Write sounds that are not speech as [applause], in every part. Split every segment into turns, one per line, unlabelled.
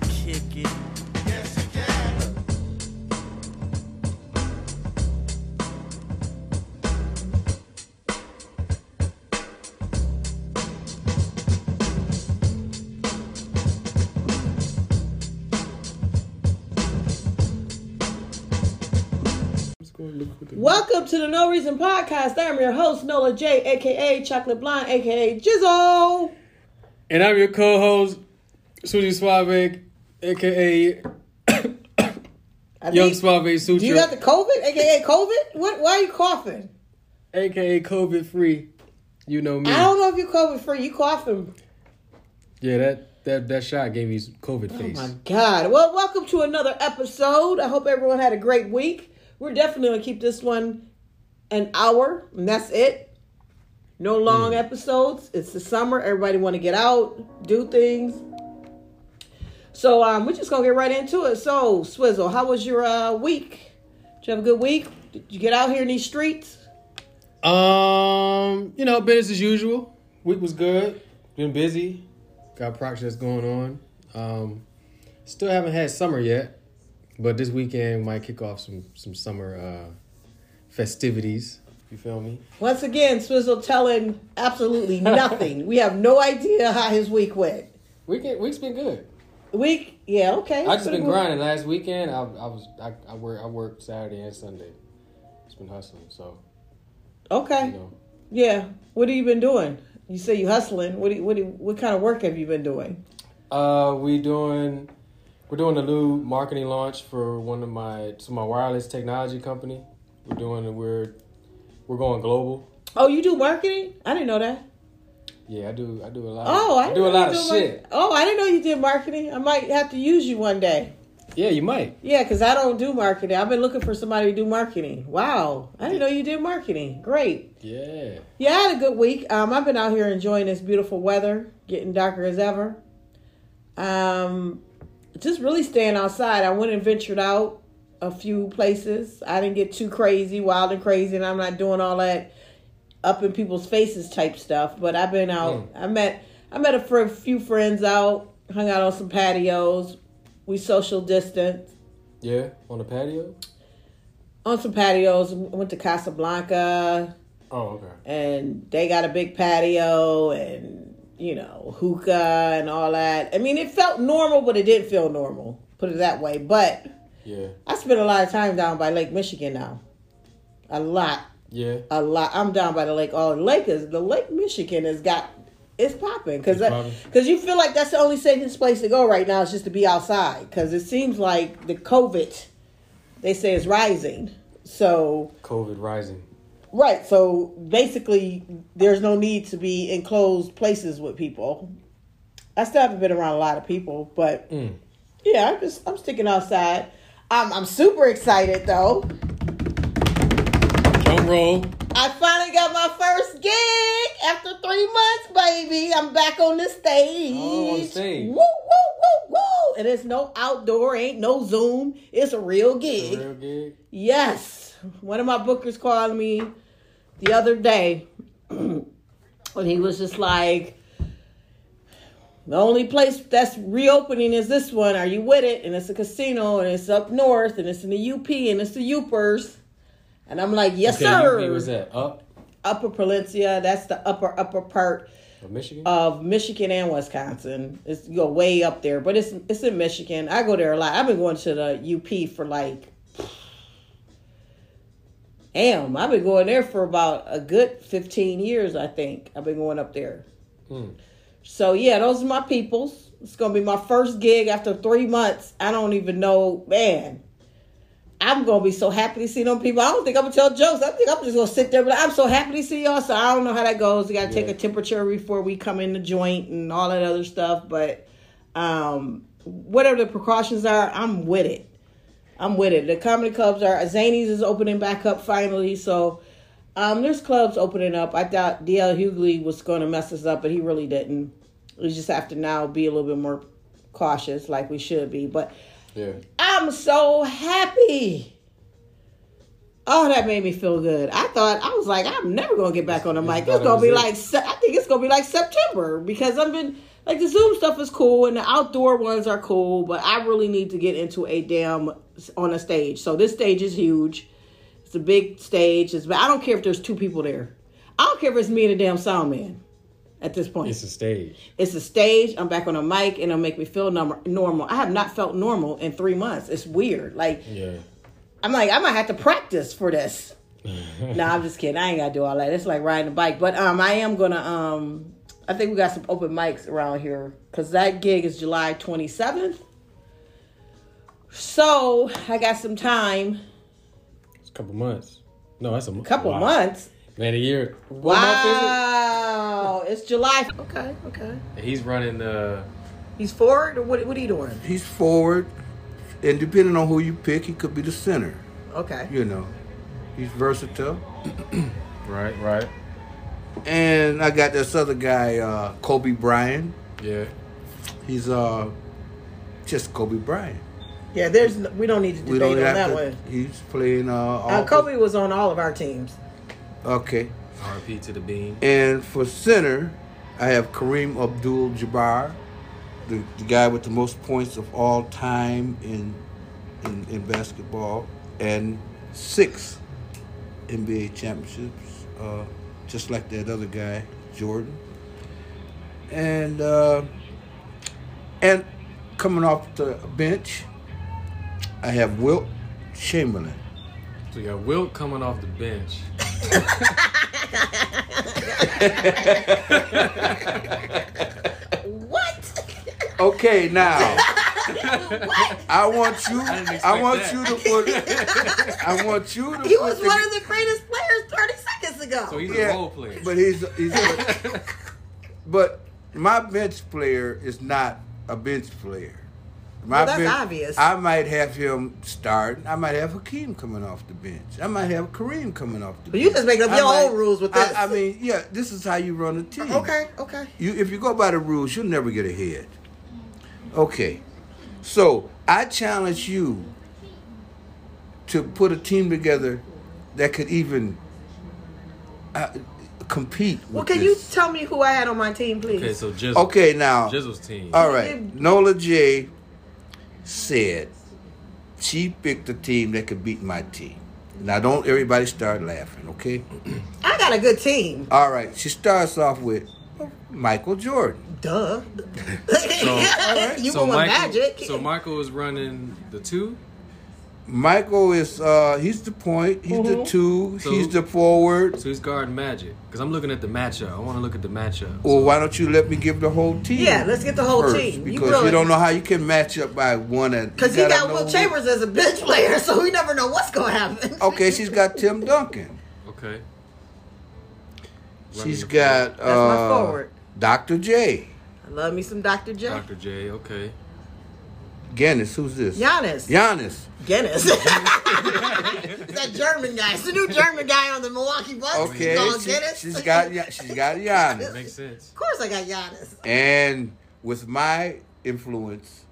kick it?
Welcome to the No Reason Podcast. I'm your host, Nola J, aka Chocolate Blonde, aka Jizzle.
And I'm your co-host, Suji Suave, aka
[coughs] I
Young
think-
Suave Sutra,
Do you got the COVID? Aka COVID? What why are you coughing?
aka COVID free. You know me.
I don't know if you're COVID free. You coughing.
Yeah, that that that shot gave me COVID face.
Oh my God. Well, welcome to another episode. I hope everyone had a great week. We're definitely gonna keep this one an hour, and that's it. No long
Hmm.
episodes. It's the summer. Everybody want to get out, do things. So um, we're just gonna get right into it. So Swizzle, how was your uh, week? Did you have a good week? Did you get out here in these streets?
Um, you know, business as usual. Week was good. Been busy. Got projects going on. Um, still haven't had summer yet, but this weekend might kick off some some summer uh, festivities. You feel me?
Once again, Swizzle telling
[laughs]
absolutely nothing. we have no idea how his week went.
Weekend week's been good.
Week? Yeah, okay.
I just
Pretty
been
good.
grinding. Last weekend, I, I was I, I work I worked Saturday and Sunday. It's been hustling, so
Okay.
you know.
Yeah. What have you been doing? You say you hustling. What do you, what do you- what kind of work have you been doing?
Uh, we doing we're doing a new marketing launch for one of my so my wireless technology company. We're doing we're we're going global.
Oh, you do marketing? I didn't know that.
Yeah, I do I do a lot.
Oh, I,
I,
didn't
do a
know
lot of
you do
shit.
mar- oh, I didn't know you did marketing. I might have to use you one day.
Yeah, you might.
Yeah, because I don't do marketing. I've been looking for somebody to do marketing. Wow, I didn't know you did marketing. Great.
Yeah.
Yeah, I had a good week. Um, I've been out here enjoying this beautiful weather, getting darker as ever. Um, just really staying outside. I went and ventured out a few places. I didn't get too crazy, wild and crazy, and I'm not doing all that up in people's faces type stuff. But I've been out. I met I met a fr- few friends out, hung out on some patios. We social distanced
Yeah, on the patio.
on some patios. Went to Casablanca.
Oh, okay.
and they got a big patio and you know hookah and all that. I mean, it felt normal, but it didn't feel normal. Put it that way. But
Yeah,
I spent a lot of time down by Lake Michigan now. A lot,
yeah.
a lot. I'm down by the lake. All the lake is the Lake Michigan has got it's popping because
It's popping.
because you feel like that's the only safest place to go right now is just to be outside because it seems like the COVID they say is rising. So
COVID rising.
Right. So basically, there's no need to be enclosed places with people. I still haven't been around a lot of people, but
Mm.
yeah, I'm just I'm sticking outside. I'm I'm super excited though.
Drum roll.
I finally got my first gig after three months, baby. I'm back on the stage.
Oh, on the stage.
Woo woo woo woo! And it's no outdoor, ain't no Zoom. It's a real
A
gig.
real gig.
Yes. One of my bookers called me the other day [clears throat] and he was just like, the only place that's reopening is this one. Are you with it? And it's a casino and it's up north and it's in the UP and it's the Upers. And I'm like, yes,
Okay,
sir.
you, was that up?
Upper Palencia, that's the upper, upper part
Of uh, Michigan.
of Michigan and Wisconsin. It's you go way up there, but it's it's in Michigan. I go there a lot. I've been going to the UP for like damn, I've been going there for about a good fifteen years, I think. I've been going up there.
Hmm.
So yeah, those are my peoples. It's gonna be my first gig after three months. I don't even know, man. I'm gonna be so happy to see them people. I don't think I'm gonna tell jokes. I think I'm just gonna sit there, but I'm so happy to see y'all. So I don't know how that goes. We gotta take
Yeah.
a temperature before we come in the joint and all that other stuff. But um, whatever the precautions are, I'm with it. I'm with it. The comedy clubs are Zanies is opening back up finally, so Um, there's clubs opening up. I thought DL Hughley was going to mess us up, but he really didn't. We just have to now be a little bit more cautious, like we should be. But
Yeah.
I'm so happy. Oh, that made me feel good. I thought I was like, I'm never gonna get back on the
You
mic.
thought
It's
it
gonna
was
be
it?
like Se- I think it's gonna be like September because I've been like the Zoom stuff is cool and the outdoor ones are cool, but I really need to get into a damn on a stage. So this stage is huge. It's a big stage. It's I don't care if there's two people there. I don't care if it's me and a damn sound man. At this point,
It's a stage.
it's a stage. I'm back on a mic, and it'll make me feel num- normal. I have not felt normal in three months. It's weird. Like
Yeah.
I'm like I might have to practice
[laughs]
for this. no, I'm just kidding. I ain't gotta do all that. It's like riding a bike. But um, I am gonna um, I think we got some open mics around here because that gig is July 27th. So I got some time,
It's a couple months. No, that's a mo-
couple
wow.
months.
Man, a year. What month
Wow, it's July. Okay, okay.
is it? He's running uh, the.
He's forward. Or what? What are you doing?
He's forward, and depending on who you pick, he could be the center.
Okay.
You know, he's versatile.
Right, right.
And I got this other guy, uh, Kobe Bryant.
Yeah.
He's uh, just Kobe Bryant.
Yeah, there's no, we don't need to debate on that one.
He's playing uh, all
Uh, Kobe was on all of our teams.
Okay.
RP to the beam.
And for center, I have Kareem Abdul-Jabbar, the, the guy with the most points of all time in in, in basketball, and six NBA championships, uh, just like that other guy, Jordan. And uh, and coming off the bench, I have Wilt Chamberlain.
So you got Wilt coming off the bench.
[laughs] What?
Okay,
[laughs]
now. I want you. I,
didn't
want
expect
you to put. I want you to.
he
put
was
the-
one of the greatest players 30 seconds ago.
So he's
Yeah,
a role player.
but he's he's. a- but my bench player is not a bench player. My
Well, that's
bench-
obvious.
I might have him start. I might have Hakeem coming off the bench. I might have Kareem coming off the
But
bench.
you just making up
I
your
might-
own rules with
I-
this.
I, mean, yeah, this is how you run a team.
okay, okay.
You, if you go by the rules, you'll never get ahead. Okay, so I challenge you to put a team together that could even uh, compete. With
Well, can you
this.
tell me who I had on my team, please?
Okay, so Jizzle.
Okay, now.
Jizzle's team.
All right, Nola J said she picked a team that could beat my team. Now, don't everybody start laughing, okay?
I got a good team.
All right, she starts off with Michael Jordan.
[laughs] Duh. you
so
want
Michael,
magic?
So Michael is running the two.
Michael is uh he's the point, he's
Mm-hmm.
the two,
So-
he's the forward.
So he's guarding Magic. Because I'm looking at the matchup. I want to look at the matchup.
Well, why don't you let me give the whole team?
Yeah, let's get the whole
first,
team. You
because you,
really-
don't know how you can match up by one and
Because he got
Will
Will Chambers as a bench [laughs] player, so we never know what's going to happen.
Okay, she's got Tim Duncan.
Okay. Running
She's
the
got
my
uh,
forward.
Dr. J.
I love me some Dr. J.
Dr. J. Okay.
Giannis, who's this?
Giannis.
Giannis.
Guinness. [laughs] that German guy. It's the new German guy on the Milwaukee Bucks. He's
Okay,
called
she,
Guinness.
she's
[laughs]
got Gia- she's got Giannis.
Makes sense.
Of course, I got Giannis.
And with my influence,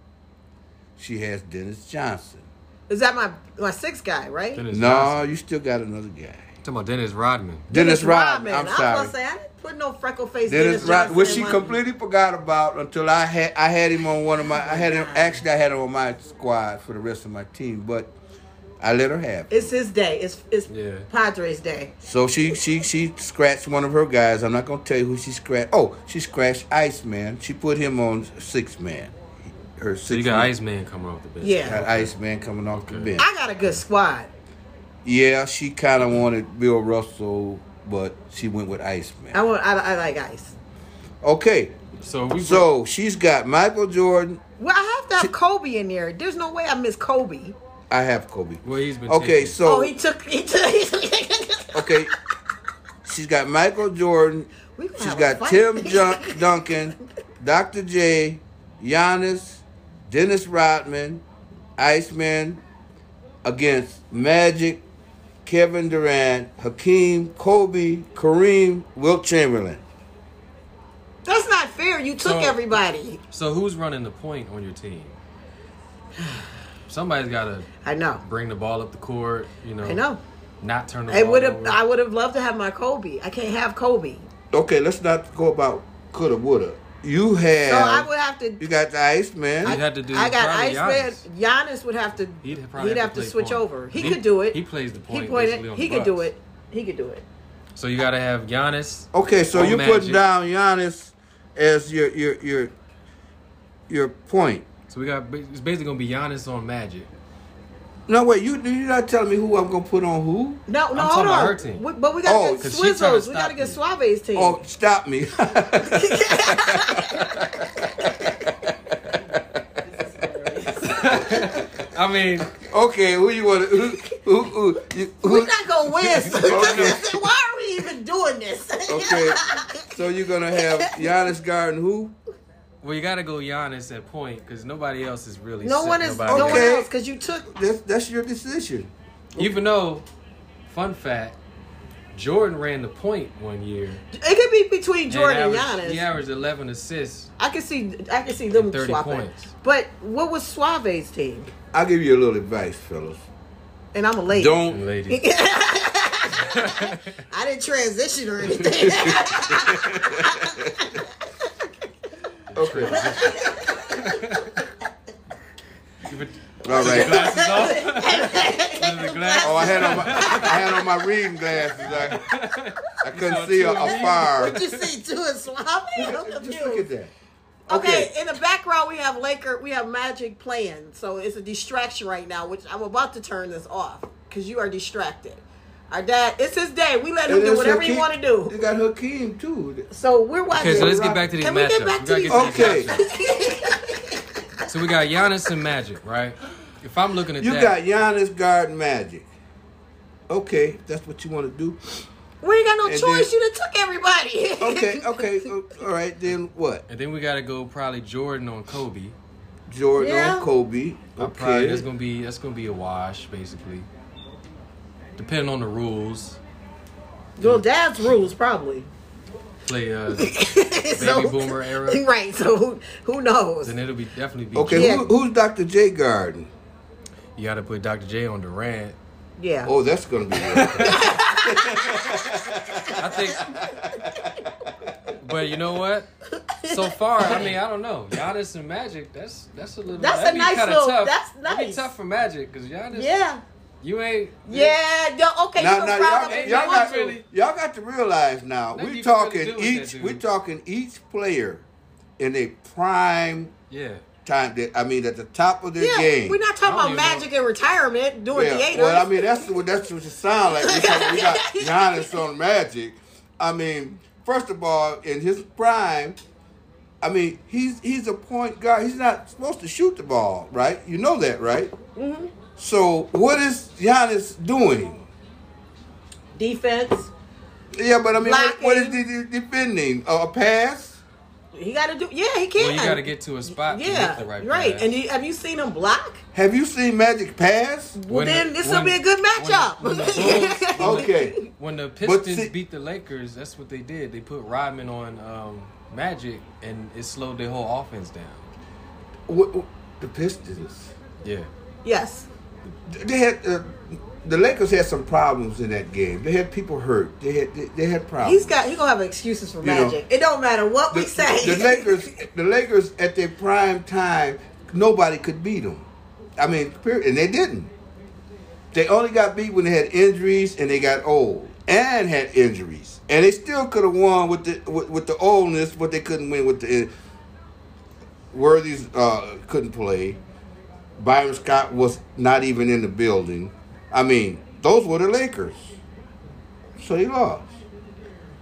she has Dennis Johnson.
Is that my my sixth guy, right?
Dennis
No,
Johnson.
you still got another guy.
Talking about Dennis Rodman.
Dennis, Rodman. I'm
was
sorry.
gonna say I didn't put no freckle face. Dennis,
Dennis Rodman,
Johnson
which
in
she
my-
completely forgot about until I had I had him on one of my I had
[laughs]
him actually I had him on my squad for the rest of my team, but I let her have it.
It's his day. It's it's
Yeah.
Padres Day.
So she she she scratched one of her guys. I'm not gonna tell you who she scratched. Oh, she scratched Iceman. She put him on six man. Her six.
So you got Iceman coming off the bench.
Yeah.
Got Iceman coming off the bench.
I got a good squad.
Yeah, she kind of wanted Bill Russell, but she went with
I
Iceman.
want. I, I like ice.
Okay,
So we
so she's got Michael Jordan,
Well, I have to have Kobe in there. There's no way I miss Kobe.
I have Kobe.
Well, he's been
Okay,
taken.
so
oh, he took. He took. [laughs]
[laughs] okay, she's got Michael Jordan.
We gonna
She's
have a
got
fight. [laughs]
Tim Jun- Duncan, Dr. J, Giannis, Dennis Rodman, Iceman against Magic, Kevin Durant, Hakeem, Kobe, Kareem, Wilt Chamberlain.
That's not fair. You took
Oh.
So-
everybody.
So who's running the point on your team? [sighs] Somebody's got to
I know.
bring the ball up the court. You know.
I know.
Not turn the
I
ball
would have.
over.
I would have loved to have my Kobe. I can't have Kobe.
Okay, let's not go about coulda, woulda. You had.
So I would have
You
to.
got the Ice Man.
I,
You'd have to do
I got
probably
Iceman. Giannis. would have to. He'd,
He'd probably
have,
have to
to,
play
switch
point.
over. He,
He-
could do it.
he plays the point
He played
basically
it.
on
He
the
could do
Bucks.
it. He could do it.
So you got to have Giannis.
Okay, so
or
you're
Magic.
putting down Giannis as your your your your point.
So we got. It's basically gonna be Giannis on Magic.
No, wait, you you're not telling me who I'm gonna put on who?
No, no,
talking
hold
about
on.
her team.
We- but we gotta
Oh,
get
'cause she trying to
Swizzles. We
stop
gotta get
me.
Suave's team.
Oh, stop me! [laughs]
I mean, [laughs]
okay, who you want? Who who who? You,
[laughs] We're
who
not gonna win.
Okay.
[laughs] Why are we even doing this? [laughs]
okay, so you're gonna have Giannis guarding who?
well, you got to go Giannis at point because nobody else is really.
no
setting
one is.
nobody
No
up.
one
Okay.
else. Because you took.
That's that's your decision.
Even though, fun fact, Jordan ran the point one year.
It could be between Jordan and,
averaged,
Giannis.
He averaged 11 assists.
I can see. I can see them
30
swapping.
points.
But what was Suave's team?
I'll give you a little advice, fellas.
And I'm a lady.
Don't
Ladies.
I didn't transition or anything. [laughs]
[laughs] okay.
Give it-
All right.
glasses off. Under the glass.
Oh, I had on my I had on my reading glasses. I, I couldn't see a, a fire.
Did you see two and Suave? I'm
[laughs] Just look at
confused.
that.
Okay, in the background we have Laker, we have Magic playing, so it's a distraction right now. Which I'm about to turn this off because you are distracted. Our dad, it's his day. We let him
And
do
it's
whatever he
Hakeem-
want to
You
do.
got Hakeem too.
So we're watching.
Okay, so let's get
Rock-
back to these
Can we get
matchups.
back to
gotta
these-
get to
Okay.
these matchups. So we got Giannis and Magic, right? If I'm looking at
You
that,
got Giannis guard Magic. Okay, that's what you want to do.
[laughs] we ain't got no
And
choice. you
then-
done took everybody. [laughs]
Okay, okay, o- all right. Then what?
and then we got to go probably Jordan on Kobe.
Jordan
Yeah.
on Kobe.
I Probably
Okay.
that's gonna be that's gonna be a wash basically. Depending on the rules,
Well, dad's rules probably.
play uh,
[laughs] So-
boomer era.
[laughs] Right. So who, who knows?
then it'll be definitely be.
Okay,
Yeah.
who, who's Dr. J guarding?
You got to put Dr. J on Durant.
Yeah.
Oh, that's
[laughs]
gonna be. Good.
I think. But you know what? So far, I mean, I don't know. Giannis and Magic, that's that's a little.
That's a
that'd be
nice
kinda
little-
Tough.
that's
That'd be
nice.
tough for Magic because Giannis.
Yeah.
You ain't.
Yeah. yo, Okay.
now,
you
now
can frown
y'all,
if
y'all,
you want
got,
to.
really-
y'all got to realize now
Nothing
we
you can really
talking
do with
each
that dude.
we talking each player in a prime
Yeah.
time. That I mean, at the top of their
Yeah,
game.
we're not talking
I don't
about
even know.
magic and retirement doing
Yeah,
theaters.
Well, I mean, that's what that's what it sound like because
[laughs]
we got Giannis on Magic. I mean, first of all, in his prime, I mean, he's he's a point guard. He's not supposed to shoot the ball, right? You know that, right? Mm-hmm. So, what is Giannis doing?
defense.
Yeah, but I mean, what, what is
Blocking.
he de- defending? A a pass?
He got to do. Yeah, he
Well,
can.
you got to get to a spot. to
Yeah,
make the right. pass.
And you, have you seen him block?
Have you seen
[laughs]
Magic pass?
Well,
When the-
then this will
when-
be a good matchup.
when
[laughs]
the Bulls-
Okay.
When the Pistons
see-
beat the Lakers, that's what they did. They put Rodman on um, Magic, and it slowed their whole offense down.
What, what- the Pistons.
Yeah.
yes.
they had uh, the Lakers had some problems in that game. They had people hurt. They had they, they had problems.
He's got. He gonna have excuses for
know,
magic. it don't matter what
the,
we say. [laughs]
the Lakers. The Lakers at their prime time, nobody could beat them. I mean, period. and they didn't. They only got beat when they had injuries and they got old and had injuries, and they still could have won with the with, with the oldness, but they couldn't win with the. Worthy's uh, couldn't play. Byron Scott was not even in the building. I mean, those were the Lakers. So they lost.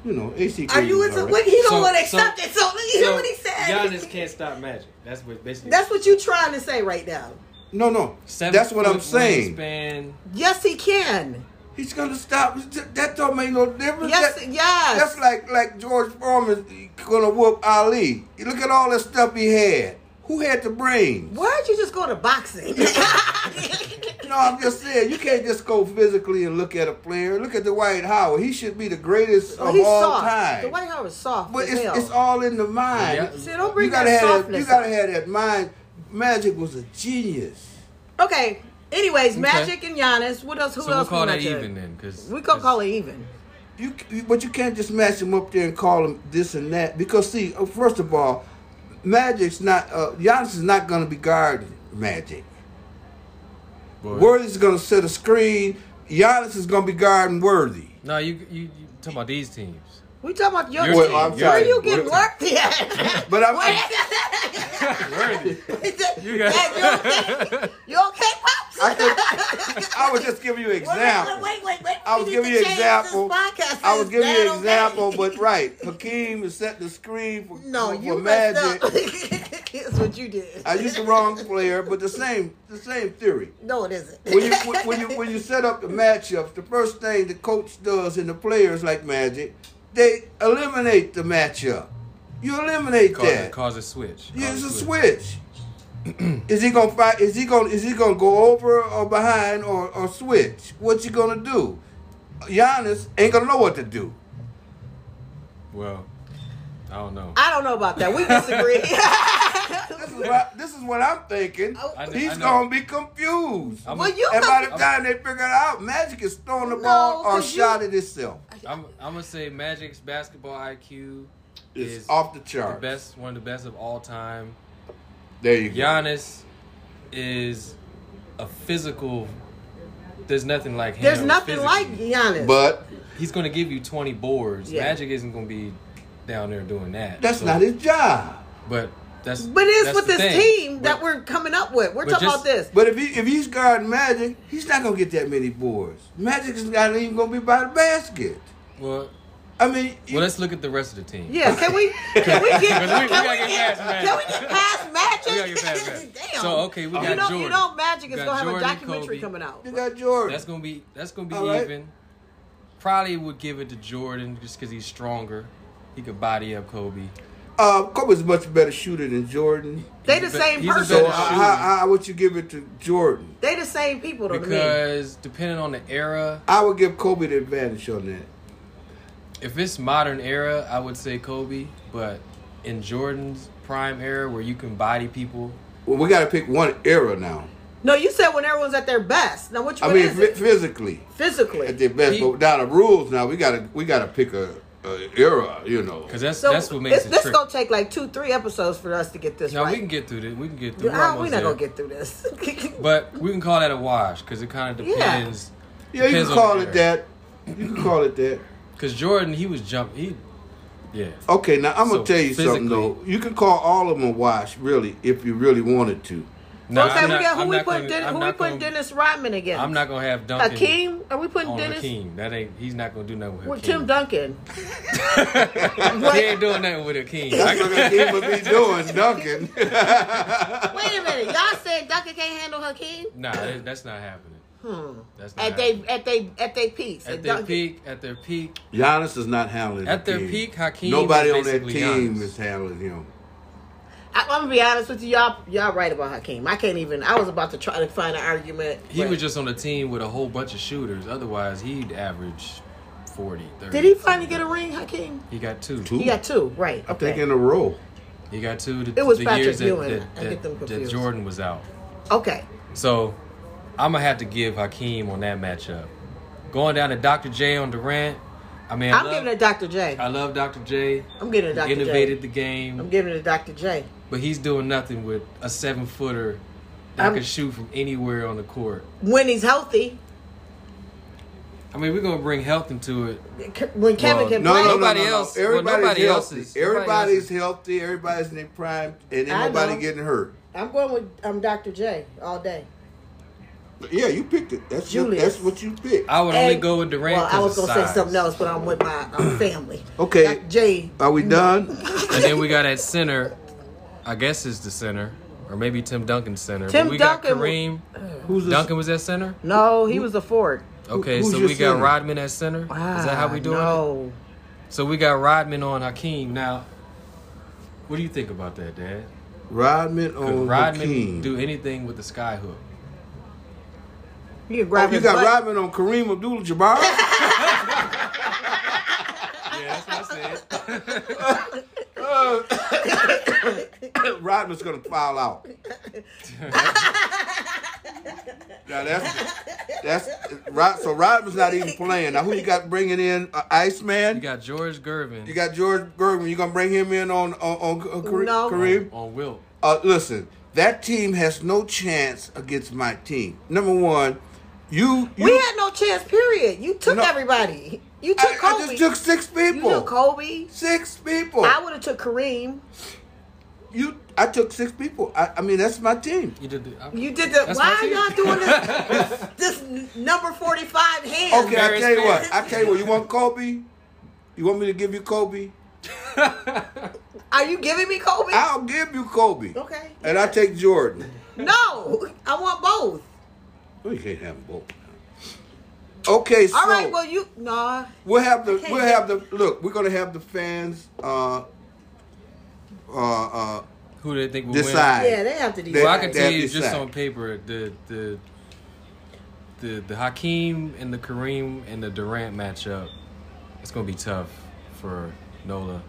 You know, AC.
Are you?
was
Into,
all right.
what, he don't
So-
want to
so-
accept it. So you hear what he said.
Giannis can't stop Magic. That's what basically.
That's what you trying to say right now.
No, no.
Seven
That's what I'm
foot
saying.
wingspan.
Yes, he can.
He's gonna stop. That don't make no difference.
Yes,
That-
yes.
That's like like George Foreman gonna whoop Ali. You Look at all the stuff he had. Who had the brains?
[laughs] Why'd you just go to boxing?
No, I'm just saying you can't just go physically and look at a player. Look at the White Howard. He should be the greatest
Well,
of
he's
all
soft.
time.
The White House is soft.
But
as
it's,
hell.
it's all in the mind.
Yeah.
See, don't bring
you gotta
that
have
softness
You gotta have that mind. Magic was a genius.
Okay. Anyways, Magic and Giannis. What else? Who
So we'll
else?
call
we
that
want to-
even then, because
We could call it even.
You, you- but you can't just match him up there and call him this and that because see, uh, first of all, Magic's not uh, Giannis is not gonna be guarding Magic. Worthy's gonna set a screen. Giannis is gonna be guarding Worthy.
No, you you, you talking about these teams?
We talking about your
Your
team.
team, Well, I'm
Where
sorry.
you getting
Your
worked
[laughs]
at? [laughs]
But I'm,
Where-
i
Is that-
You got-
that you okay? You okay, pops?
I, think- I was just giving you an
[laughs]
example.
Wait, wait, wait.
I was
We need to
giving you an
change
example.
this podcast.
I was
It's
giving you
bad
an
on
example,
me.
but right, Hakeem is set the screen for,
[laughs] no,
for,
you
for
messed
Magic.
up. [laughs] That's what you did.
I used the wrong player, but the same the same theory.
no, it isn't.
When you when- when you when you set up the matchups, the first thing the coach does and the players like Magic, they eliminate the matchup. You eliminate
Cause,
that.
cause a switch.
Yeah,
Cause
it's a switch. [clears throat] is he gonna fight? Is he gonna is he gonna go over or behind or, or switch? What you gonna do? Giannis ain't gonna know what to do.
Well, I don't know.
I don't know about that. We
[laughs]
disagree.
This is what this is what I'm thinking.
Oh. I
kn-
He's
I know.
gonna be confused.
I'm,
well, you
and by the
come-
time they figure it out, Magic is throwing the
No,
ball or
'cause you-
shot at itself.
I'm, I'm gonna say Magic's basketball IQ
It's
is
off the
the
chart.
best, one of the best of all time.
There you go.
Giannis is a physical. There's nothing like
[laughs]
him.
there's nothing
physically.
like Giannis.
But
He's gonna give you 20 boards.
Yeah.
Magic isn't gonna be down there doing that.
that's
So-
not his job.
But that's.
but it is
that's
with
the
this
thing.
team that
But-
we're coming up with. We're
but
talking
just-
about this.
But if he if he's guarding Magic, he's not gonna get that many boards. Magic's not even gonna be by the basket.
Well,
I mean, you-
well, let's look at the rest of the team.
Yeah, can we can we
[laughs]
get
Because we- we
can
gotta
we
get
get
past Magic.
can we get past Magic?
We gotta
[laughs]
get past Magic.
Damn.
So, okay, we
you
got
know, You
Jordan.
know, Magic is
We got
gonna have a
Jordan,
documentary
Kobe.
coming out.
you got Jordan.
That's gonna be that's gonna be
All right.
even. Probably would give it to Jordan just because he's stronger. He could body up Kobe.
uh, Kobe's a much better shooter than Jordan.
They the
He's a
same
bet- he's a
So
person.
better
how,
shooter.
how, how would you give it to Jordan?
They the same people to me.
Because depending on the era,
I would give Kobe the advantage on that.
if it's modern era, I would say Kobe. But in Jordan's prime era, where you can body people,
Well, we got to pick one era now.
No, you said when everyone's at their best. Now, which
I
one
mean,
is
phy-
it?
physically at
Physically.
their best,
He-
but without the rules now, we got to we got to pick a, a era. You know,
because that's
So
that's what makes
this,
it
this
tricky.
gonna take like two, three episodes for us to get this
Now
right.
we can get through this. We can get through.
We're,
We're
not
almost there.
gonna get through this. [laughs]
But we can call that a wash because it kind of
Yeah.
depends.
yeah, you can
depends on
call
the
it
era.
that. You can call it that.
Because Jordan, he was jump. He, yeah.
Okay, now I'm gonna
So,
tell you something
physically-
though. You can call all of them a wash, really, if you really wanted to.
No,
okay,
I'm
we
not-
got who
I'm
we
not
putting
gonna-
Den-
I'm
who we
not
putting
gonna-
Dennis Rodman again?
I'm not gonna have Duncan.
Hakeem? Are we putting
on
Dennis?
Hakeem. That ain't. He's not gonna do nothing with
With
Hakeem.
Tim Duncan.
he ain't doing nothing with
[laughs]
Hakeem.
That's what Hakeem would be
[laughs]
doing, Duncan.
Wait a minute, y'all said Duncan can't handle Hakeem
nah, that, that's not happening. That's not
Hmm. at they
happening.
at they at they peaks.
at
and
their
Duncan-
peak. At their peak.
Giannis is not handling
At their
Hakeem.
peak, Hakeem
Nobody
is
on that
basically
team
Giannis.
is handling him.
I, I'm gonna be honest with you, y'all y'all right about Hakeem. I can't even. I was about to try to find an argument.
He
but-
was just on a team with a whole bunch of shooters. Otherwise, he'd average 40, 30.
Did he finally get a ring, Hakeem?
He got two.
Two?
He got two, right?
I
Okay.
think in a row.
He got two. The,
It was
the
Patrick
years that-
Ewing.
that-
I get them
that, that
confused.
Jordan was out.
okay.
So I'm gonna have to give Hakeem on that matchup. Going down to Dr. J on Durant. I mean, I
I'm
love,
giving it to Dr. J.
I love Dr. J.
I'm giving it to Dr. J.
Innovated the game,
I'm giving it to Dr. J.
but he's doing nothing with a seven footer that
I'm-
can shoot from anywhere on the court.
When he's healthy,
I mean, we're gonna bring health into it.
when Kevin
Well,
can
No,
play,
no, no,
Nobody
no, no.
else- well,
Everybody's
nobody
healthy.
else is- nobody
everybody's
else is-
healthy. Everybody's in their prime, and ain't
I
nobody
know.
getting hurt.
I'm going with um, Dr. J all day.
But yeah, you picked it. That's your-
Julius.
that's what you picked.
I would only
And-
go with Durant.
Well, I
'cause
was
of
gonna say
size.
something else, but I'm with my
[clears throat]
um, family.
Okay.
Dr. J.
Are we done?
And then we got at center. I guess it's the center, or maybe Tim Duncan's center.
Tim
but we got
Duncan wa-
Kareem.
Who's this?
Duncan was at center.
No, he was a forward.
Okay,
who's
so
your
we
center?
got Rodman at center. Is that how we doing? it?
Ah, No.
So we got Rodman on Hakeem. Now, what do you think about that, Dad?
Rodman
Could
on
Rodman
Oh, Hakeem.
do anything with the sky hook?
You can
Oh,
grab
you
his
got
butt.
Rodman on Kareem
[laughs]
Abdul-Jabbar.
Yeah, that's what I said.
[coughs] Rodman's gonna
[laughs]
foul out. now that's that's Rod, so Rodman's not even playing. Now who you got bringing in? Uh, Iceman.
You got George Gervin
You got George Bergman. You gonna bring him in on on, on Kareem?
No.
Kareem?
on Wilt.
Uh, listen, that team has no chance against my team. Number one, you you
We had no chance. Period. You took
No.
everybody. You took
I, I
Kobe.
just took six
you
people.
took Kobe.
six people.
I would have took Kareem.
you I took six people. I, I mean that's my team.
You did the,
You did the.
That's
why
my
are
team.
y'all doing
[laughs]
this? this number forty-five hand.
Okay, I
Embarrassed
tell you what.
man.
I tell you what. You want Kobe? You want me to give you Kobe?
Are you giving me Kobe?
I'll give you Kobe.
okay.
And I take Jordan.
No, I want both.
We can't have them both. Okay, so
All right. Well, you no.
We'll have the
Okay.
we'll have the look. We're gonna have the fans uh uh uh
who they think will
decide.
Yeah, they have to do
win.
Well,
Well, I can
That'd
tell
be
you just
sad.
on paper the the the the Hakeem and the Kareem and the Durant matchup. It's gonna be tough for Nola.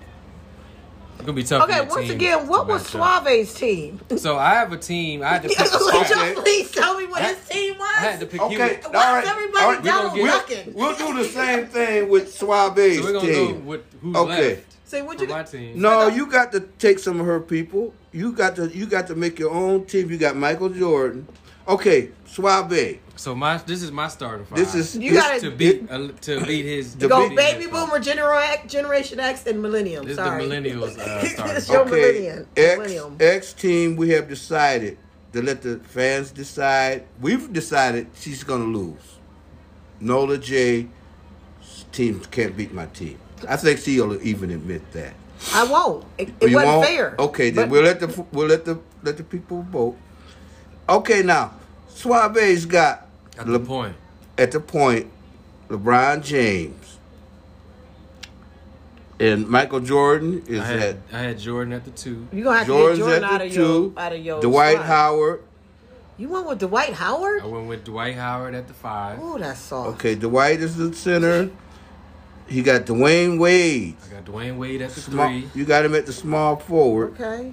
It's gonna be tough. for
Okay.
your
Once
team
again,
to
what was
match up.
Suave's team? [laughs]
So I have a team. I had to pick. a
Would
squad.
Okay.
y'all please tell me what
I-
his team was?
I had to pick you.
Okay,
So
all
Why
right.
is everybody
all right,
gonna
down
get-
We'll,
looking?
we'll do the same thing with
[laughs]
Suave's
we're gonna go
team.
with who's
Okay.
left
Say what
for
you
my
do?
team.
No, you got to take some of her people. You got to you got to make your own team. You got Michael Jordan. Okay, Suave.
So my this is my starting five.
This is
You
this-
gotta-
to beat uh, to beat his
To
Go
beat-
baby boomer, general X, generation X, and millennium.
This is the
Sorry.
millennials
[laughs]
uh, starting.
It's
five.
your
okay.
millennium.
X
millennium.
X team. We have decided to let the fans decide. We've decided she's gonna lose. Nola J. 's team can't beat my team. I think she'll even admit that.
I won't. It, it
Oh, You
wasn't
won't?
fair.
Okay,
But
then we'll let the we'll let the let the people vote. Okay, now Suave's got
At the
Le-
point.
at the point LeBron James and Michael Jordan is
I had,
at
I had Jordan at the two.
You're gonna have
Jordan's
to get Jordan
at the
out of
two.
your out of your
Dwight
squad.
Howard.
You went with Dwight Howard?
I went with Dwight Howard at the five.
Oh, that's soft.
Okay, Dwight is the center. He got Dwayne Wade.
I got Dwayne Wade at the
Small,
three.
you got him at the small forward
Okay.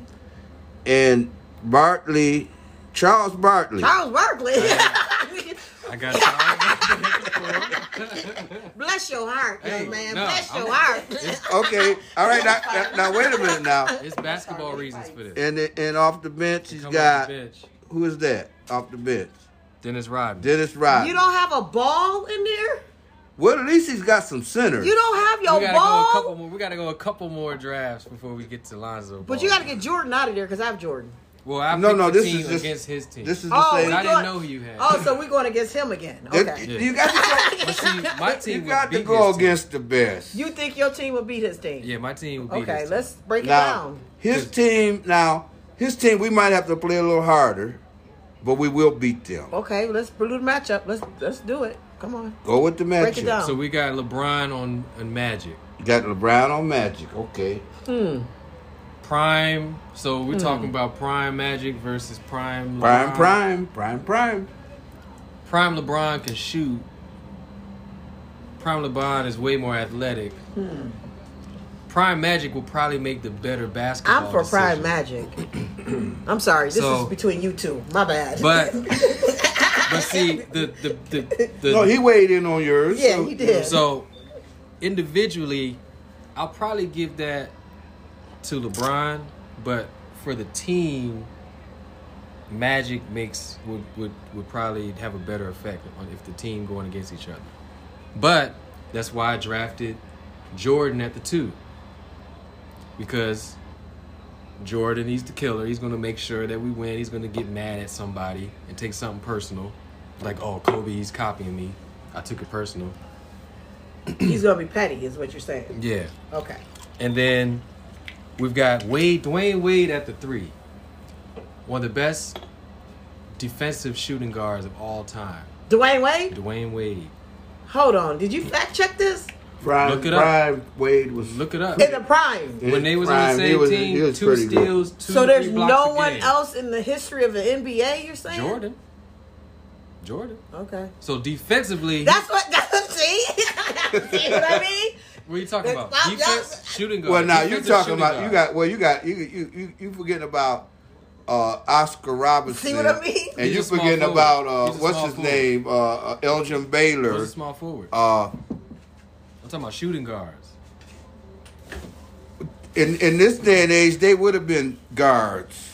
and Bartley, Charles Bartley.
Charles Barkley.
I got Charles at the four.
[laughs] Bless your heart,
Hey,
young man.
no,
Bless
I'm-
your
[laughs]
heart.
[laughs] Okay, all right. Now, now, now wait a minute now.
It's basketball reasons for this.
And and off the bench, he's
Come off
got
the bench.
who is that off the bench?
Dennis Rodman.
Dennis Rodman.
You don't have a ball in there?
well, at least he's got some centers.
You don't have
we
your
gotta go a couple
ball?
more. We gotta go a couple more drafts before we get to Lonzo. Ball.
But you got to get Jordan out of there because I have Jordan.
Well, I
no,
picked
no.
the
This
team
is just
against his team.
This is the
Oh,
same.
we
I
got-
didn't know who you had.
Oh, so we're going against him again.
that-
Okay.
You got
[laughs]
to go.
But see, my team.
[laughs] You
would
got to
beat
go
his team.
against the best.
You think your team will beat his team?
Yeah, my team would beat his
Okay,
team.
let's break it
now
down.
his team. Now his team. We might have to play a little harder, but we will beat them.
Okay, let's do the matchup. Let's let's do it. Come on.
Go with the magic.
Break it down.
So we got LeBron on, on Magic.
You got LeBron on magic. Okay.
Prime. So we're
Hmm.
talking about Prime Magic versus Prime LeBron.
Prime, prime, prime, prime.
Prime LeBron can shoot. Prime LeBron is way more athletic. Prime Magic will probably make the better basketball.
I'm for Pride
decision.
Magic.
[clears throat]
I'm sorry. This
So-
is between you two. My bad.
But but see the the the, the
No, he weighed in on
[laughs]
yours.
yeah,
so-
you did.
so individually, I'll probably give that to LeBron, but for the team, Magic makes would would, would probably have a better effect on if the team going against each other. But that's why I drafted Jordan at the two. Because Jordan, he's the killer. He's gonna make sure that we win. He's gonna get mad at somebody and take something personal. Like, oh Kobe, he's copying me. I took it personal.
he's gonna be petty, is what you're saying.
Yeah.
Okay.
And then we've got Wade, Dwayne Wade at the three. One of the best defensive shooting guards of all time.
Dwayne Wade,
Dwayne Wade.
hold on. Did you fact check this?
Prime,
Look it up.
prime Wade was
Look it up.
In the prime.
When they was on
Prime,
the
he
same
was- he
team,
was
two
pretty good.
steals, two
So there's
three blocks
no
a
one
game.
else in the history of the NBA. You're saying
Jordan. Jordan.
Okay.
So defensively,
That's what. [laughs] That's see. see what I mean?
what are you talking about?
That's-
Defense,
that's-
shooting guard.
Well, now you're
Defensive
talking
shooting
about
guard.
you got well you got you you you, you forgetting about uh, Oscar Robinson.
See what I mean?
And
He's
you
a small
forgetting
forward.
about uh,
He's a
what's
small
his
forward.
name? Uh, uh, Elgin
Who's
Baylor.
a small forward?
Uh,
I'm talking about shooting guards.
in in this day and age, they would have been guards.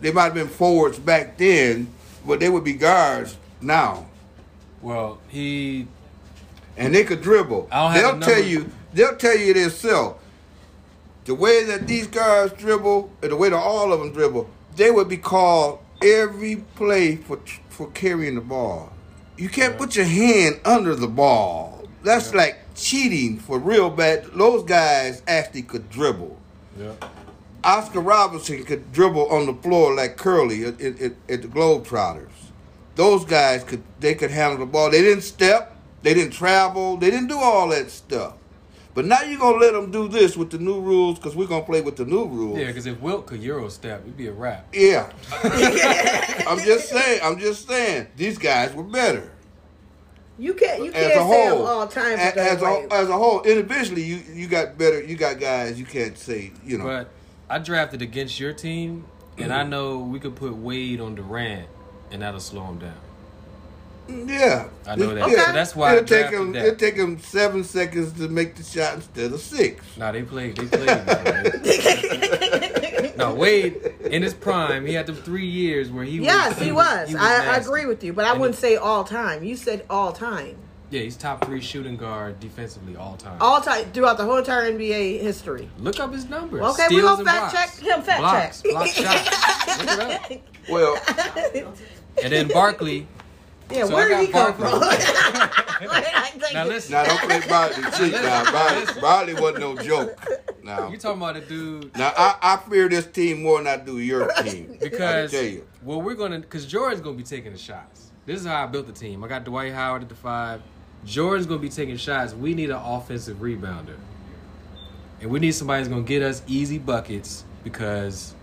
They might have been forwards back then, but they would be guards now,
Well, he
and they could dribble.
I don't have
They'll
the
tell
numbers.
you. They'll tell you themselves. The way that these guards dribble, and the way that all of them dribble, they would be called every play for for carrying the ball. You can't put your hand under the ball. That's like cheating for real bad. Those guys actually could dribble.
yeah.
Oscar Robertson could dribble on the floor like Curly at, at, at- at the Globetrotters. Those guys could they could handle the ball. They didn't step, they didn't travel, they didn't do all that stuff. But now you're gonna let them do this with the new rules because we're gonna play with the new rules.
Yeah, because if Wilt could Euro step, it'd be a wrap.
Yeah. [laughs] I'm just saying. I'm just saying. These guys were better
You can't. You
as
can't
a
say them
whole.
all time.
as, as a, as a whole, individually, you you got better. You got guys. You can't say you know.
But I drafted against your team, and I know we could put Wade on Durant, and that'll slow him down.
Yeah,
I know that.
Yeah.
So that's why I
it'll take
drafted
him.
that.
It'll take him seven seconds to make the shot instead of six.
Nah, they played. They played. man. [laughs] no, Wade in his prime, he had the three years where he was.
yes, he was. I, I
nasty.
agree with you, but I
And
wouldn't
it-
say all time. You said all time.
Yeah, he's top three shooting guard defensively all time.
All time throughout the whole entire NBA history. [laughs]
Look up his numbers.
Okay, we gonna
Steals and
fact
blocks.
check him, fact
blocks,
check.
block shots. Look it up.
[laughs]
Well,
And then Barkley.
Yeah,
So I
where
got
did he come
Barkley.
from? [laughs]
[laughs]
I think-
Now listen,
now don't play Body cheap. Now Body, Body wasn't no joke. Now,
you talking about a dude
now I, I fear this team more than I do your team
[laughs] because
I tell you.
well we're gonna because Jordan's gonna be taking the shots. This is how I built the team. I got Dwight Howard at the five. Jordan's gonna be taking shots. We need an offensive rebounder, and we need somebody who's gonna get us easy buckets because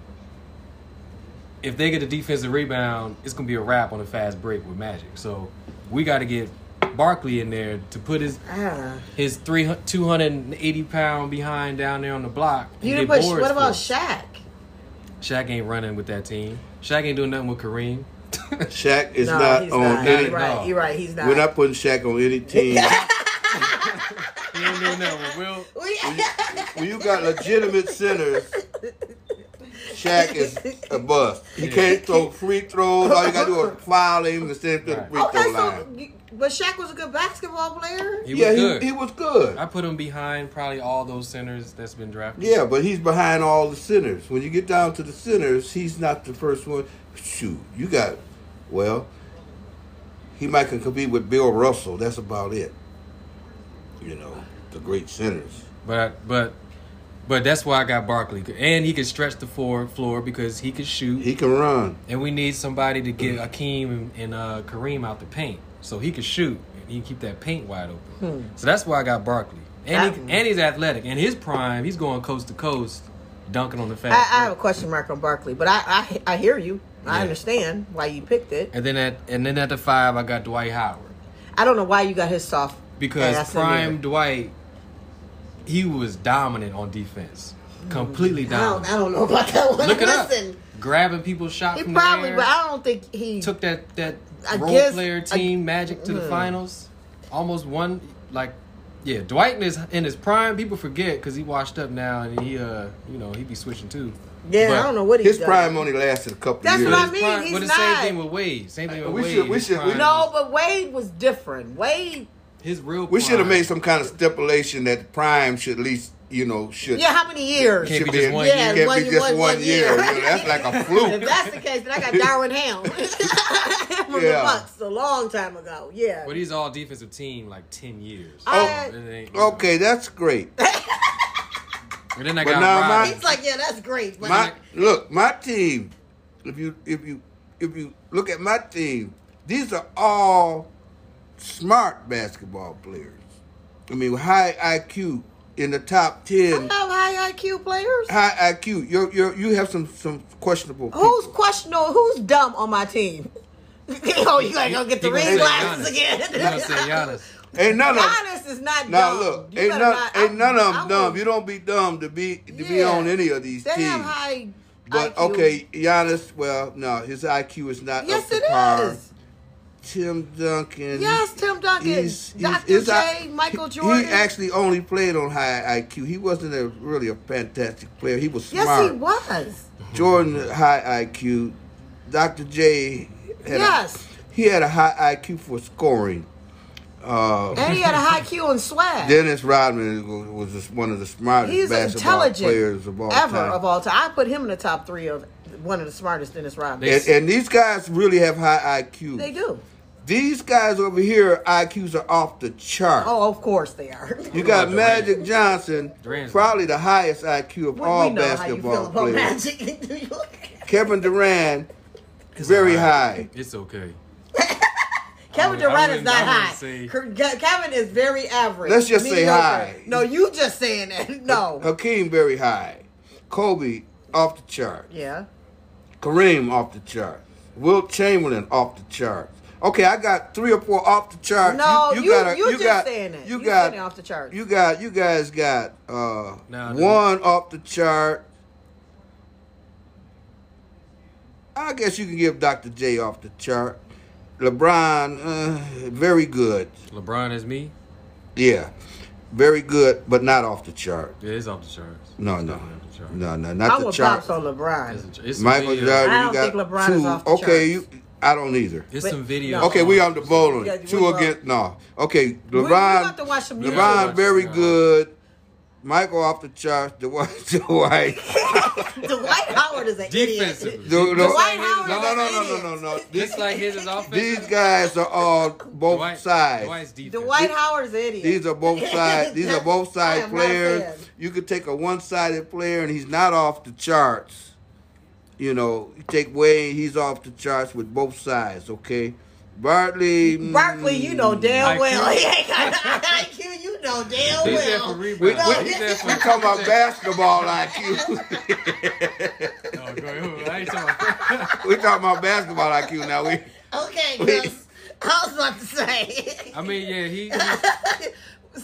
if they get a defensive rebound, it's gonna be a wrap on a fast break with Magic. So we got to get Barkley in there to put his
Ah.
his three two hundred and eighty pound behind down there on the block. and
You
get
didn't put.
boards
What
for
about
us.
Shaq?
Shaq ain't running with that team. Shaq ain't doing nothing with Kareem. [laughs]
Shaq is
no,
not
he's
on
not.
any.
You're right. You're right. He's not.
We're not putting Shaq on any
[laughs]
team.
he ain't doing nothing with Will.
when you got legitimate centers, Shaq is a bust. He can't throw free throws. All you gotta do is foul him and send him to the
Right.
free
okay,
throw
so
line.
you- but Shaq was a good basketball player.
He
Yeah,
was
he,
good.
he was good.
I put him behind probably all those centers that's been drafted.
Yeah, but he's behind all the sinners. When you get down to the sinners, he's not the first one. Shoot, you got well. He might can compete with Bill Russell. That's about it. You know, the great sinners.
But but but that's why I got Barkley, and he can stretch the floor floor because he can shoot.
He can run.
and we need somebody to get Akeem and, and uh, Kareem out the paint so he can shoot and he can keep that paint wide open. So that's why I got Barkley. And, he,
That-
and he's athletic. In his prime, he's going coast to coast, dunking on the fast
I, I have a
break.
question mark on Barkley, but I I, I hear you. I
Yeah.
understand why you picked it.
And then at and then at the five, I got Dwight Howard
I don't know why you got his soft
because
ass in
prime
there.
Dwight, he was dominant on defense,
Mm.
completely
I don't,
dominant.
I don't know about that one.
Look it up,
Listen,
grabbing people's shot
he
from
probably,
the air,
but I don't think he
took that that
I
role
guess-
player
I- Mm.
team Magic to the finals, almost won. Like, yeah, Dwight in his in his prime, people forget because he washed up now and he uh you know he be switching too.
Yeah,
But
I don't know what he
His
does.
prime only lasted a couple
That's
years.
what I
his
mean, he's
but the
not.
same thing with Wade. Same thing with
We
Wade.
should- we
his
should- we-
prime
No,
was-
but Wade was different. Wade.
his real.
we should have
prime-
made some kind of stipulation that prime should at least you know should
Yeah, how many years?
Can't
should
be just one
in-
year.
can't
Yeah,
be
one-
just
one-
one,
one
year.
year.
You know, that's like a
If [laughs]
fluke.
that's the case, then I got Darwin Ham [laughs] from
Yeah.
the Bucks a long time ago. Yeah.
But he's all defensive team like ten years.
I-
It ain't-
Oh. Okay, that's great.
And then I
But
got
now my-
Rodgers.
It's like, yeah, that's great. But
my look, my team. If you if you if you look at my team, these are all smart basketball players. I mean, high IQ in the top
I
ten.
have high IQ players.
High IQ. You you you have some some questionable.
Who's
people.
questionable? Who's dumb on my team? [laughs] oh, you gotta go get the
He gonna
ring
say
glasses
Giannis. He
again. [laughs]
gonna say Giannis.
Ain't none of
Giannis is not
now
dumb.
look.
You
Ain't
better
none,
not-
ain't
I-
none of
I
them
would-
dumb. You don't be dumb to be to be
Yeah.
on any of these
They have
teams.
high.
But
IQ.
okay, Giannis. Well, no, his IQ is not up
Yes,
to
it
par.
is.
Tim Duncan.
Yes, Tim Duncan,
He's- he's-
Dr.
his
J,
I-
Michael
he-
Jordan.
He actually only played on high IQ. He wasn't a, really a fantastic player. He was
Yes,
smart.
he was.
Jordan high IQ. Dr. J had
Yes.
a, he had a high IQ for scoring. Uh,
And he had a high Q and swag.
Dennis Rodman was, was just one of the smartest
He's
basketball
intelligent
players of all
ever
time.
of all time. I put him in the top three of one of the smartest Dennis Rodman.
They-
and, and these guys really have high IQ.
They do.
These guys over here, IQs are off the chart.
Oh, of course they are. [laughs]
You got
about Durant?
Magic Johnson,
Durant's-
probably the highest IQ of
We,
all
we know
basketball
how you feel about
players.
Magic. [laughs] Do you-
Kevin Durant,
It's
very
all
high.
It's okay.
Kevin
I
Durant is
wouldn't-
not
I wouldn't
high.
say-
Ke- Kevin is very average.
Let's just say high.
No, you just saying that. [laughs] No.
Hakeem, very high. Kobe, off the chart.
Yeah.
Kareem, off the chart. Wilt Chamberlain, off the chart. Okay, I got three or four off the chart.
No, you-
got a-
you just saying it.
You,
You
got
saying it off the charts.
You got you guys got uh,
Nah, dude.
one off the chart. I guess you can give Dr. J off the chart. LeBron, uh, very good.
LeBron is me.
Yeah, very good, but not off the chart.
Yeah, it's off the charts.
No,
It's
no,
definitely off the charts.
no, no,
I
not the
would
chart.
box on
[laughs]
LeBron.
It's, it's some
Michael
video-
Jordan,
I
you
don't
got
think LeBron
two.
is off the
okay, you.
charts.
I don't either.
It's
But-
some video.
no.
Okay, we on the bowling.
Yeah,
Two
we wrong.
against no. Okay,
we got
LeBron.
to watch some
LeBron
YouTube.
very
Yeah.
good. Michael off the charts. [laughs] Dwight.
Dwight
Dwight.
Howard is an
Defensive.
idiot. [laughs]
Dwight
Dwight
no,
Howard
no,
is
no,
an
no,
idiot.
no, no, no. These,
Just like
[laughs]
his is offensive.
these guys are all both
Dwight-
sides.
Dwight's defense.
Dwight Howard is an idiot.
These
[laughs]
are both sides. These are both
I
side
am not a fan.
players. You could take a one-sided player, and he's not off the charts. You know, you take Wayne, he's off the charts with both sides. Okay, Bartley. mm,
Barkley, you know damn
IQ.
well [laughs] he ain't got an IQ. You know damn
He's there
well.
for rebounds.
No,
He's there for.
We talking about basketball IQ.
No, go ahead. I ain't talking about-
[laughs] we talking about basketball IQ now. We
okay, Gus, I was about to say. [laughs]
I mean, yeah, he. he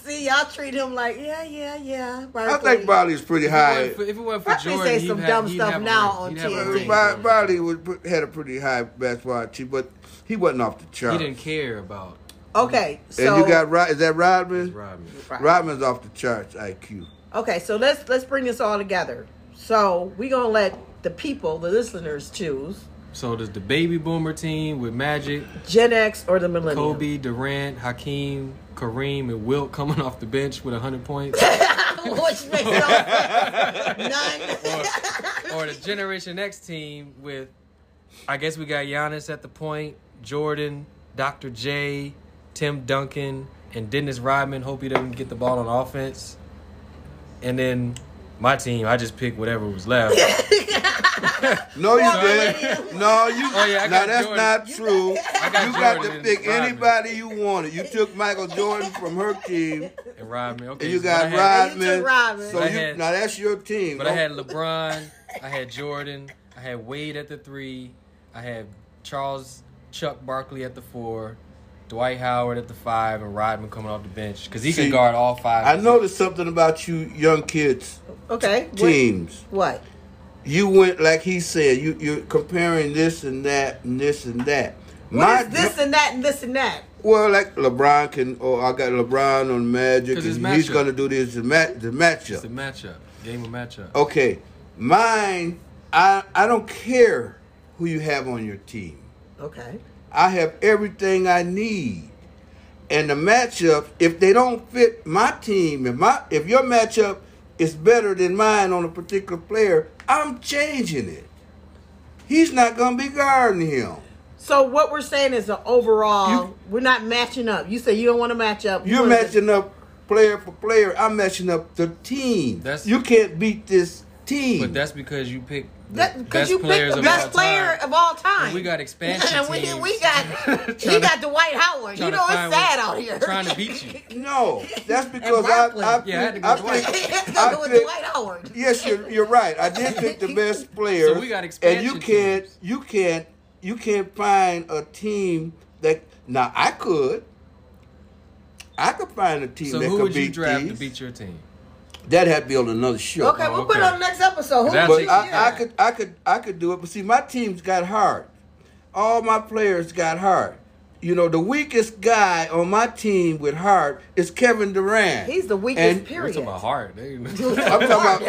See, y'all treat him like yeah, yeah, yeah. Barkley.
I think Bradley's pretty high.
if it wasn't for
Probably
Jordan,
say
he'd
some
have-
dumb
he'd
stuff
have a
now
ring.
on
He'd have a
TNT.
ring.
Bra- Bradley was, had a pretty high basketball IQ, but he wasn't off the
He
chart.
didn't care about
Okay, so
and you got Rod- is that Rodman?
Rodman.
Rodman's off the charts IQ.
Okay, so let's let's bring this all together. So we gonna let the people, the listeners, choose
So does the baby boomer team with Magic,
Gen X or the Millennium.
Kobe, Durant, Hakeem, Kareem, and Wilt coming [laughs] off the bench with 100 points?
[laughs] Which makes no sense. None.
or the Generation X team with, I guess we got Giannis at the point, Jordan, Dr. J, Tim Duncan, and Dennis Rodman. Hope he doesn't get the ball on offense. And then my team, I just picked whatever was left.
No, you
Poor
didn't.
lady.
[laughs] No, you.
Oh, yeah, I
now
got
that's
Jordan.
not true.
I got
you got
Jordan
to
and
pick
Rodman.
anybody you wanted. You took Michael Jordan from her team,
And Rodman. Okay,
and you
so I
got
had-
Rodman.
Rodman.
You took Rodman.
So
But I
you,
had-
now that's your team.
But I
[laughs]
had LeBron, I had Jordan, I had Wade at the three, I had Charles Chuck Barkley at the four, Dwight Howard at the five, and Rodman coming off the bench because he
See,
can guard all five.
I noticed something about you, young kids
[laughs] Okay. what-
teams.
What?
You went like he said. You you're comparing this and that and this and that.
What is this and that and this and that?
Well, like LeBron can, oh, I got LeBron on Magic,
'Cause it's
and he's
matchup.
gonna do this the match the matchup.
It's a matchup, game of matchup.
Okay, mine. I I don't care who you have on your team.
Okay.
I have everything I need, and the matchup. If they don't fit my team, if my if your matchup is better than mine on a particular player, I'm changing it. He's not gonna be guarding him.
So what we're saying is the overall,
You-
we're not matching up. You say you don't want to match up. You
You're
wanna just-
matching up player for player. I'm matching up the team.
That's-
you can't beat this team.
But that's because you picked the
That, because
best
you
players
picked the
of
best
all
player
time.
of all time.
And
[laughs]
we got expansion
and we,
teams.
we
[laughs]
got he
Tryna-
got Dwight Howard. You
tryna
know it's
find
sad
what-
out here.
Trying to beat
[laughs]
you.
no, that's because I,
Barkley.
I,
Yeah, I had to
picked-
go
[laughs]
I
Dwight.
picked-
It's
I
gonna go with
picked-
Dwight Howard.
[laughs]
Yes, you're, you're right. I did pick the best player.
we got
and
expansion
you can't
teams.
you can't you can't find a team that now I could. I could find a team
So
that
who
could
would you
beat
draft
these.
to beat your team?
that had to be on another show.
Okay, we'll
Oh, okay.
put it on the next episode. Who
That's
would
But
you
it.
I, I
get?
could I could I could do it. But see, my team's got hard. All my players got hard. You know, the weakest guy on my team with heart is Kevin Durant.
He's the weakest.
And-
We're
period.
talking about heart.
[laughs]
I'm talking about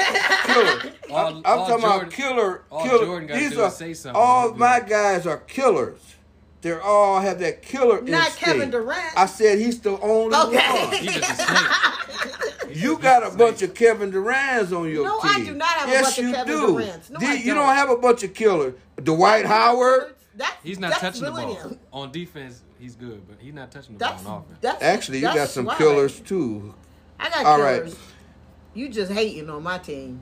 killer.
[laughs] All-
I'm, I'm
all
talking
Jordan-
about killer.
all
killer.
Jordan gotta
These
do
are
is say something.
all
He'll do
my
it.
guys are killers. They're all have that killer
Not
instinct.
Kevin Durant.
I said he's the only
[laughs] Okay.
He's just a snake.
one. You got a bunch of Kevin Durants on your
No, I
team.
do not have a
yes,
bunch of
you
Kevin
do.
Durants. No,
Do-
I
You
don't.
don't have a bunch of killers. Dwight Howard.
That's,
He's not
that's
touching the ball.
William.
On defense, he's good, but he's not touching the
That's,
ball on offense.
that's
Actually, you
that's
got some
wild.
killers too.
I got
All right.
killers. You just hating on my team.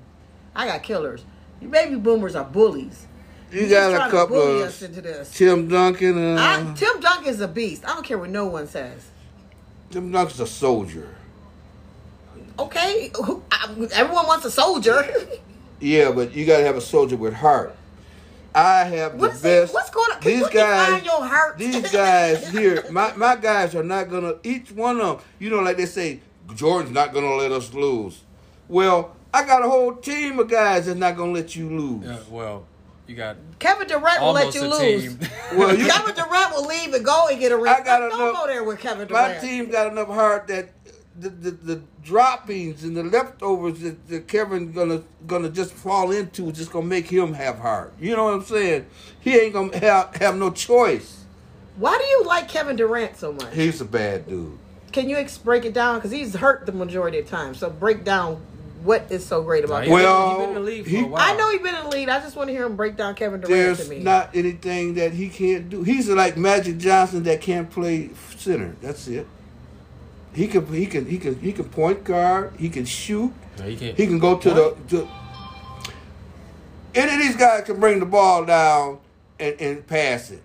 I got killers. You baby boomers are bullies.
You
just
got
trying
a
to
couple
bully
of
us into this.
Tim Duncan. Uh,
I, Tim Duncan's a beast. I don't care what no one says.
Tim Duncan's a soldier.
Okay, [laughs] who- I- everyone wants a soldier. [laughs]
Yeah, but you gotta have a soldier with heart. I have
What
the
is it-
best.
what's going on? Can
These
you define
guys,
your heart? [laughs]
these guys here, my, my guys are not gonna. Each one of them, you know, like they say, Jordan's not gonna let us lose. Well, I got a whole team of guys that's not gonna let you lose.
Yeah, well, you got
Kevin Durant will let
almost
you
a
lose. [laughs]
team.
Well, you,
Kevin Durant will leave and go and get a
I
rest.
got
Don't
enough.
go there with Kevin
my
Durant.
team got enough heart that the, the, the droppings and the leftovers that, that Kevin gonna gonna just fall into is just gonna make him have heart. You know what I'm saying? He ain't gonna have have no choice.
Why do you like Kevin Durant so much?
He's a bad dude.
Can you ex- break it down? Because he's hurt the majority of the time. So break down what is so great about him.
Nah, he-
Well,
he been in the league for
he-
a while.
I know he's been in the lead. I just want to hear him break down Kevin Durant to
There's
me.
not anything that he can't do. He's like Magic Johnson that can't play center. That's it. He can he can he can he can point guard. He can shoot.
No, he can't.
He can go to the to. Any of these guys can bring the ball down and, and pass it.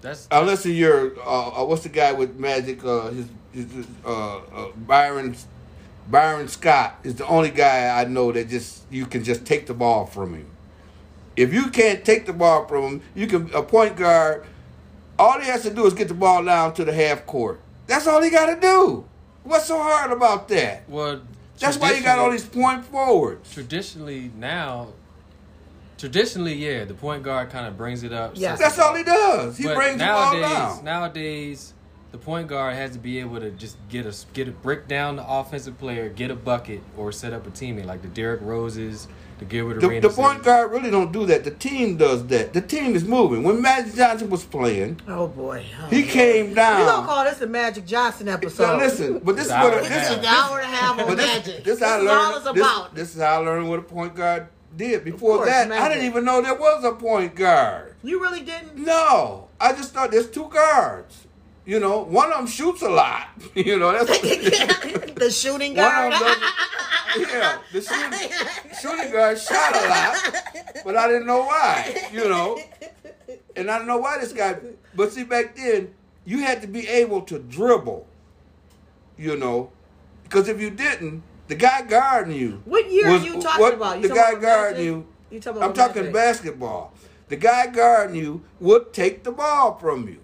That's
Unless you're uh, uh, what's the guy with Magic? Uh, his, his uh, uh, Byron Byron Scott is the only guy I know that just you can just take the ball from him. If you can't take the ball from him, you can a point guard. All he has to do is get the ball down to the half court. That's all he got to do. What's so hard about that?
well.
That's why you got all
traditionally-
these point forwards.
traditionally now traditionally yeah the point guard kind of brings it up
Yeah.
That's all he does. He
But
brings
nowadays
the ball down.
nowadays the point guard has to be able to just get a get a break down the offensive player get a bucket or set up a teammate like the Derrick Roses the Gilbert
the, the
Arenas
point guard really don't do that. The team does that. The team is moving. When Magic Johnson was playing,
oh boy, oh,
he came
we gonna
down.
call this the Magic Johnson episode.
Now listen, but this is
Nah,
what
man.
[laughs]
this
This
is
is an hour and a half on
But this,
Magic.
this,
This,
is how I
is all
learned.
it's
this,
about.
this is how I learned what a point guard did. Before
course,
that, I
Magic.
didn't even know there was a point guard.
you really didn't.
No, I just thought there's two guards. You know, one of them shoots a lot. [laughs] You know,
[laughs]
that's
the shooting
One of
guard.
them doesn't- yeah, the shooting, shooting guard shot a lot, but I didn't know why, you know. And I don't know why this guy, but see, back then, you had to be able to dribble, you know, because if you didn't, the guy guarding you.
What year
was-
are you talking
what-
about? You
the
talking
guy
about
guarding
Magic?
you.
You talking
I'm
about
talking
Magic?
basketball. The guy guarding you would take the ball from you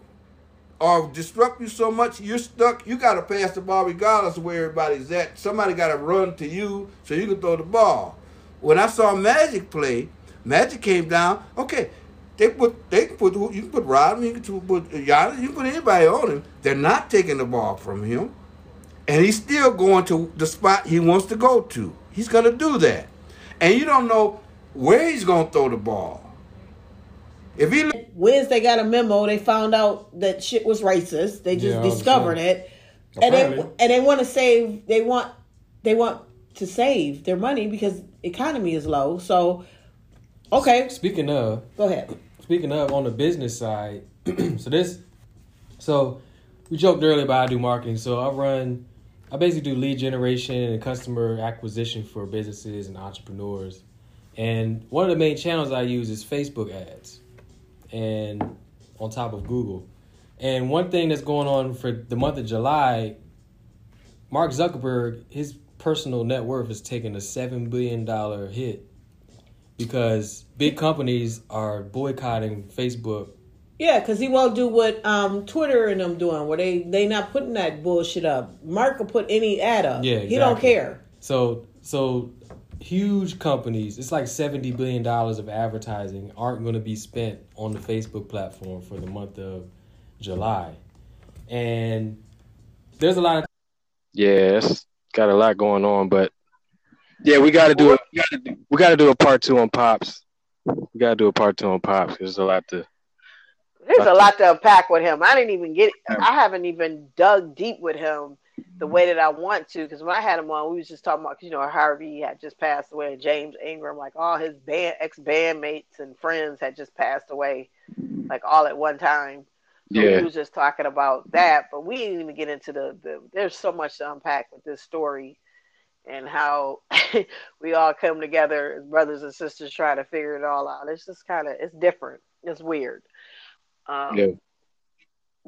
or disrupt you so much you're stuck. You got to pass the ball regardless of where everybody's at. Somebody got to run to you so you can throw the ball. When I saw Magic play, Magic came down. Okay, they put they can put who- you can put Rodman, you can put Giannis, you can put anybody on him. They're not taking the ball from him, and he's still going to the spot he wants to go to. He's going to do that, and you don't know where he's going to throw the ball. If he look-
Wednesday got a memo. They found out that shit was racist. They just
Yeah, I
discovered it, and they
Apparently.
and they want to save. They want they want to save their money because economy is low. So, okay,
Speaking of,
go ahead.
speaking of on the business side, [clears throat] so this, so we joked earlier about I do marketing. So I run, I basically do lead generation and customer acquisition for businesses and entrepreneurs. And one of the main channels I use is Facebook ads, and on top of Google. And one thing that's going on for the month of July, Mark Zuckerberg, his personal net worth is taking a seven billion dollar hit because big companies are boycotting Facebook
Yeah, because he won't do what um, Twitter and them doing, where they they not putting that bullshit up. Mark will put any ad up.
Yeah,
he don't
exactly.
care.
So so huge companies, it's like seventy billion dollars of advertising aren't going to be spent on the Facebook platform for the month of July, and there's a lot of
Yeah, it's got a lot going on, but yeah, we got to do it. We got to do, we gotta do a part two on pops. We got to do a part two on pops. There's a lot to.
There's a lot to unpack with him. I didn't even get. I haven't even dug deep with him the way that I want to. Because when I had him on, we was just talking about 'cause, you know Harvey had just passed away, and James Ingram, like all his band ex bandmates and friends had just passed away, like all at one time. So
Yeah.
we was just talking about that, but we didn't even get into the, the. There's so much to unpack with this story, and how [laughs] we all come together as brothers and sisters trying to figure it all out. It's just kind of it's different. It's weird. Um,
Yeah.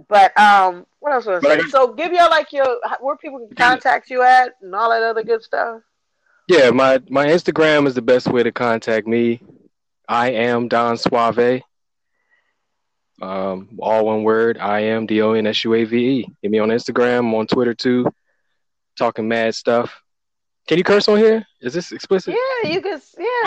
But um, what else was
But I
I say?
got-
So give your like your where people can contact you at and all that other good stuff.
Yeah, my my Instagram is the best way to contact me. I am Don Suave. Um, all one word. I am D O N S U A V E. Hit me on Instagram. I'm on Twitter too. Talking mad stuff. Can you curse on here? Is this explicit?
Yeah, you can. Yeah,